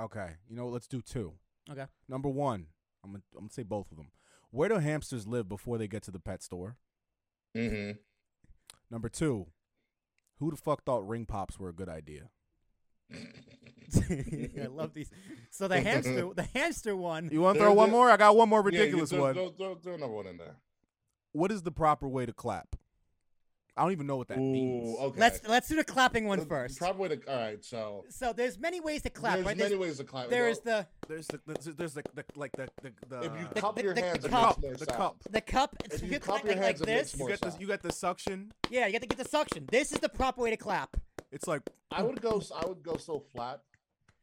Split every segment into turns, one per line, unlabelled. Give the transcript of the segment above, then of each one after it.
Okay, you know what? Let's do two.
Okay.
Number one, I'm gonna, I'm gonna say both of them. Where do hamsters live before they get to the pet store?
Mm-hmm.
Number two, who the fuck thought ring pops were a good idea?
I love these. So the hamster, the hamster one.
You want to
There-
throw one
there-
more? I got one more ridiculous
yeah, you
one.
Throw, throw, throw another one in there.
What is the proper way to clap? I don't even know what that means.
Ooh, okay.
Let's let's do the clapping one
The-
first.
Probably the, all right. So
So there's many ways to clap,
there's
right?
many
There's,
ways to clap.
there
Well,
is the
There's the there's, there's the, the like the the, the
if you
the
cup
the-
your
the
hands, it
cup,
makes more
the
sound.
cup.
the cup.
If
so
you
you
clap
clap
your
like,
hands,
like
it makes
this.
You
more
get the
sound.
you get the suction.
Yeah, you have to get the suction. This is the proper way to clap.
It's like
I would go. s- I would go so flat.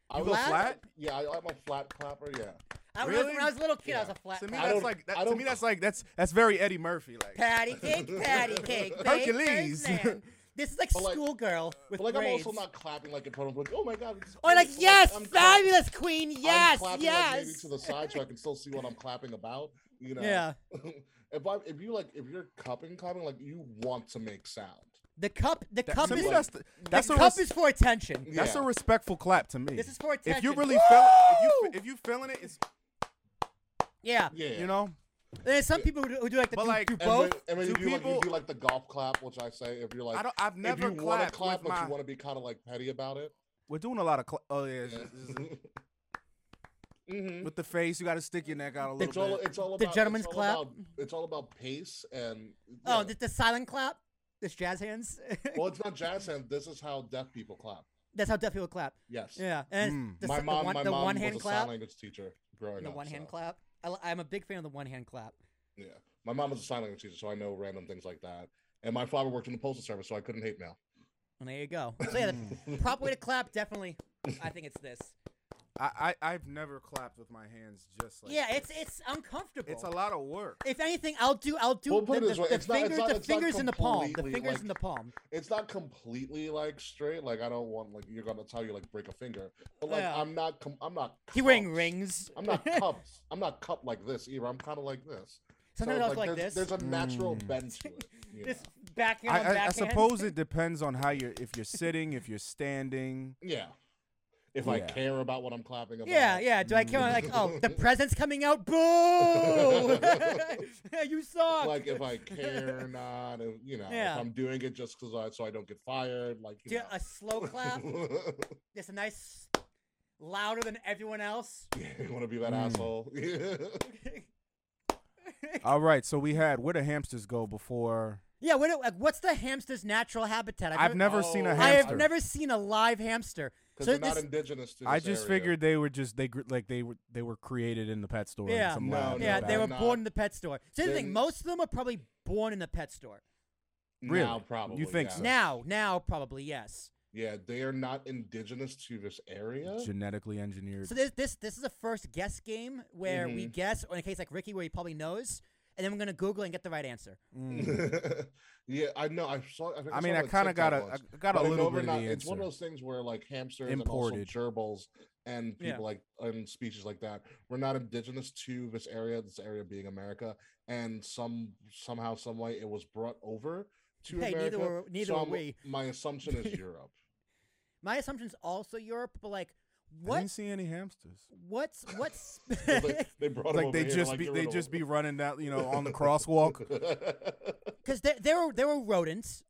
I
you
would
go
Flat?
flat.
Yeah, I, I'm a flat clapper. Yeah.
I, when I was- when I
Really?
was a little kid, I was
Yeah.
a flat.
To me,
clapper.
I
that's
don't-
like
I
that, to
don't-
me that's like that's that's very Eddie Murphy. Like
Patty cake, patty cake, bake,
Hercules.
bake, man. This is like
But like-
schoolgirl with
But like,
grades.
I'm also not clapping like in front of like, oh my god. this is
Or like,
great,"
yes,
I'm clap-
fabulous queen,
I'm
yes,
clapping,
yes.
Like, maybe to the side so I can still see what I'm clapping about. You know.
Yeah,
if I if you like if you're cupping cupping like you want to make sound.
the cup, the
that,
cup
to
is
me, that's the, that's
the
a
cup
res-
is for attention.
that's
Yeah.
a respectful clap to me.
This is for attention.
if you really feel if you
Woo!
fe- if you feeling it, it's
yeah.
Yeah.
you know
There's some people who do, who do like the
But
do,
like-
do
And
And
both.
when- and when you
do
do like
people-
you do like the golf clap, which I say if you're like
I don't. I've
if
never
you want to
clapped
clap
with
but
my.
you want to be kind of like petty about it.
We're doing a lot of. Cl- oh yeah, it's- it's- it's-
mm-hmm.
with the face, you got to stick your neck out a
It's
little
all
bit.
it's all about
The
it's
gentleman's
all
clap.
about- it's all about pace and
Oh,
yeah.
the, the silent clap. This jazz hands.
well, it's not jazz hands. This is how deaf people clap.
That's how deaf people clap.
Yes.
Yeah. And
Mm.
the, s-
my
the
mom,
one,
my
the
mom
one
was
hand
a
clap.
sign language teacher growing
The
up.
one hand
so,
clap. I, li- I'm a big fan of the one hand clap.
Yeah. My mom was a sign language teacher, so I know random things like that. And my father worked in the postal service, so I couldn't hate mail.
And there you go. So yeah, the proper way to clap definitely. I think it's this.
I, I I've never clapped with my hands just like.
yeah,
this.
it's it's uncomfortable.
it's a lot of work.
if anything, I'll do I'll do
Well, put
the,
it
the,
this way,
the
it's not-
fingers the
it's not- it's not
fingers in the palm. The
completely,
fingers in the
like-
palm.
it's not completely like straight. Like I don't want like you're gonna tell you like break a finger, but like
Yeah.
I'm not. Com- I'm not.
He wearing
cupped.
rings.
I'm not cupped. I'm not cupped like this either. I'm kind of like this. So,
Sometimes I'll go like,
there's,
this.
There's a natural
Mm.
bend to it. you
this
know?
backhand.
I,
on
I, I
backhand.
suppose it depends on how you're if you're sitting, if you're standing.
Yeah. If I
Yeah.
care about what I'm clapping about.
Yeah, yeah. Do I care? Like, oh, the present's coming out. Boo! you suck.
Like if I care or not, and, you know,
Yeah.
if I'm doing it just because I so I don't get fired, like you
Do
know.
a slow clap. Just a nice, louder than everyone else.
yeah, you want to be that
Mm.
asshole?
All right, so we had where do hamsters go before?
yeah. What, like, what's the hamster's natural habitat?
I've never seen a
Oh.
hamster.
I have never seen a live hamster.
Because
So
they're not
this-
indigenous to
I
this
just
area.
figured they were just they gr- like they were they were created in the pet store. in
Yeah.
some
No,
lab
no,
in
yeah,
the
they
they're
were
back.
not.
born in the pet store. So the
They're
thing,
n-
most of them are probably born in the pet store.
Really?
Now, probably.
think
yeah.
so?
Now, now probably yes.
Yeah, they are not indigenous to this area.
genetically engineered.
So this this this is a first guess game where we
Mm-hmm.
guess, or in a case like Ricky, where he probably knows, and then we're gonna Google and get the right answer.
Mm.
yeah, I know. I saw. I, think
I mean,
saw
I
it on
kind of
TikTok
got a I
once.
got a
But I know
little
we're
bit of the
not-
answer.
It's one of those things where like hamsters
Imported.
and also gerbils and
Yeah.
people like and species like that were not indigenous to this area. This area being America, and some somehow, some way, it was brought over to
Hey,
America.
neither were neither
so
were
I'm-
we.
My assumption is Europe.
My assumption's also Europe, but like,
I
what
didn't see any hamsters.
what's what's
'Cause they, they brought 'em
Like
over
they
here to,
just
like,
be
get
they
rid of
just
'em.
be running down, you know, on the crosswalk.
because there there were there were rodents,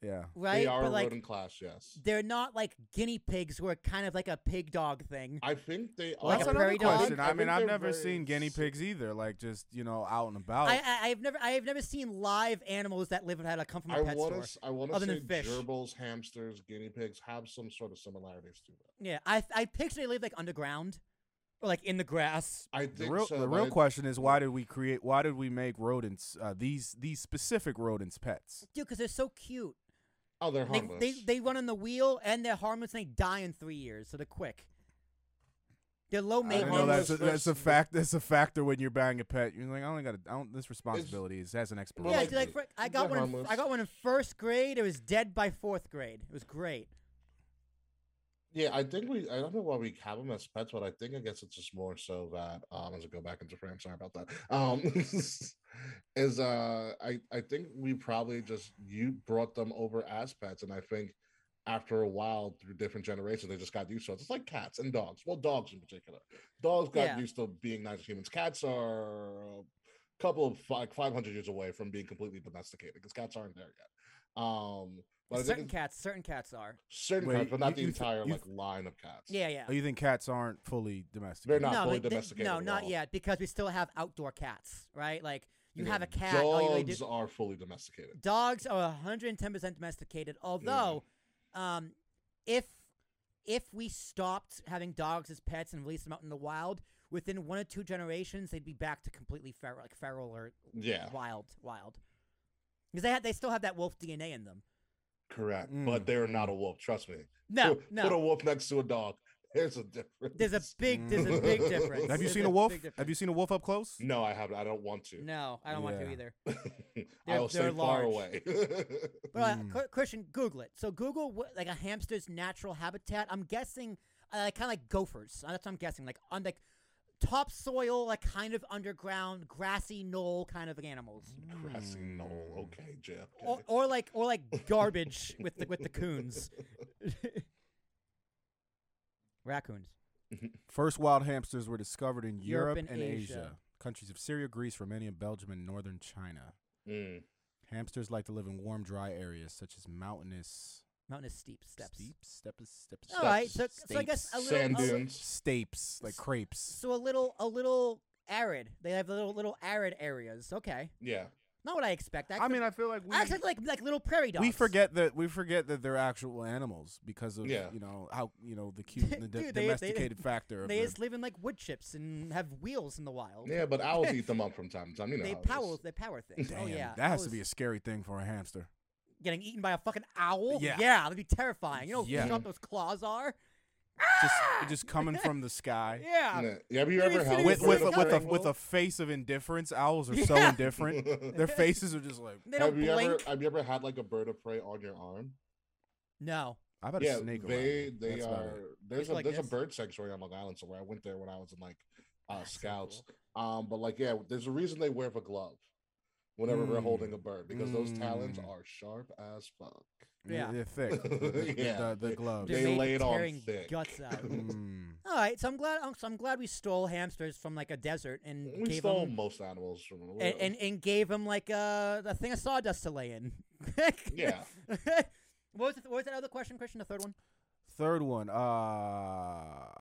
Yeah.
right?
they are a
but like,
rodent class. Yes.
they're not like guinea pigs, who are kind of like a pig dog thing.
I think they
Like
are.
a prairie dog?
question. I,
think
mean, I've
they're
never
very
seen guinea
s-
pigs either. Like just you know, out and
Oh.
about.
I, I I've never I have never seen live animals that live and had a come from a
I
pet store.
want to. I want to
other
say
than fish.
gerbils, hamsters, guinea pigs have some sort of similarities to that.
Yeah, I I picture they live like underground, or like in the grass.
I
the
think
real,
so.
the
but
real
it-
question is why did we create? Why did we make rodents uh, these these specific rodents pets?
Dude, because they're so cute.
Oh, they're
They,
harmless.
they they run on the wheel and they're harmless and they die in three years, so they're quick. They're low
I
They're
didn't know
maintenance.
that's a,
harmless
that's a
fish.
fact. That's a factor when you're buying a pet. You're like, I only got. I don't, this responsibility is has an
Well,
expiration.
yeah,
like-
dude, like frick, I got
they're
one. In,
harmless.
I got one in first grade. It was dead by fourth grade. It was great.
yeah, I think we. I don't know why we have them as pets, but I think I guess it's just more so that. Um, as I go back into frame, sorry about that. Um, is uh, I I think we probably just you brought them over as pets, and I think after a while through different generations they just got used to it. It's like cats and dogs. Well, dogs in particular. Dogs got
Yeah.
used to being nice to humans. Cats are a couple of like five hundred years away from being completely domesticated because cats aren't there yet. Um, but I think
certain
it's-
cats, certain cats are.
certain
Wait,
cats, but not
you-
the
you th-
entire
you
like line of cats.
Yeah, yeah.
Oh, you think cats aren't fully
They're
domesticated?
not
no,
fully
like, they-
domesticated
no,
at
not
all.
yet, because we still have outdoor cats, right? Like you
Yeah,
have a cat.
Dogs
all you really do-
are fully domesticated. Mm-hmm.
dogs are 110% domesticated although um, if if we stopped having dogs as pets and released them out in the wild within one or two generations they'd be back to completely feral like feral or
Yeah,
wild wild because they had they still have that wolf dna in them
correct.
Mm.
But they're not a wolf. Trust me.
no
put, put a
no
wolf next to a dog. There's a difference.
there's a big there's a big difference
Have you
There's
seen
a
a wolf?
big difference.
Have you seen a wolf up close?
No, I haven't. I don't want to.
no i don't want to
Yeah.
either
I
They're-
will
they're
stay far
large.
away.
But uh,
Mm.
Cr- Christian, Google it. So Google what, like a hamster's natural habitat. I'm guessing, uh, kind of like gophers. Uh, That's what I'm guessing. Like on like topsoil, like kind of underground, grassy knoll kind of animals,
Mm-hmm.
Grassy knoll.
Mm.
Okay, Jeff.
or, or like or like garbage with the with the coons, raccoons.
First wild hamsters were discovered in
Europe
Europe,
and
and,
Asia.
Asia. countries of Syria, Greece, Romania, Belgium, and northern China.
Mm.
Hamsters like to live in warm, dry areas such as mountainous
Mountainous steep steps.
steep steppes, steps.
All right, so,
steps,
so I guess a
stapes,
little,
Sand
a, li-
dunes.
stapes like crepes.
so a little, a little arid. They have little, little arid areas. Okay,
Yeah.
not what I expect.
I mean, I feel like we
I actually like like little prairie dogs.
we forget that we forget that they're actual animals because of
Yeah.
you know how you know the cute and the d-
Dude, they- they-
domesticated factor of
They
their-
just live in like wood chips and have wheels in the wild.
Yeah, but owls eat them up from time to time. You know.
They
how it is.
power they power things.
Damn,
oh yeah,
that has
Those-
to be a scary thing for a hamster.
getting eaten by a fucking owl.
Yeah.
that'd be terrifying. You know
Yeah.
how sharp those claws are. Ah!
Just just coming from the sky.
Yeah,
Yeah. Have you
Dude,
ever
it's
held
sitting
with
Is
with
it
a,
a
with a
triangle?
with a face of indifference. Owls are so
Yeah.
indifferent. Their faces are just like
they don't
Have you
blink.
ever uh, have you ever had like a bird of prey on your arm?
No,
I've had a
yeah,
snake. around
they
me.
they
That's about
are.
it.
There's
Just
a
like
there's
this?
a bird sanctuary on Long Island somewhere. I went there when I was in like uh,
That's so
scouts. Um, but like yeah, there's a reason they wear a glove whenever we're holding a
Mm.
bird because those talons
Mm.
are sharp as fuck.
Yeah.
They're thick. The- the,
Yeah.
the, the gloves.
Just
They
made
laid on
tearing
thick.
guts out.
Mm.
All right, so I'm glad. I'm, so I'm glad we stole hamsters from like a desert and
We
gave
stole
them
most animals from the world.
and, and, and gave them like a, a thing of sawdust to lay in.
Yeah.
what was, the, what was that other question, Christian? The third one.
Third one. Uh,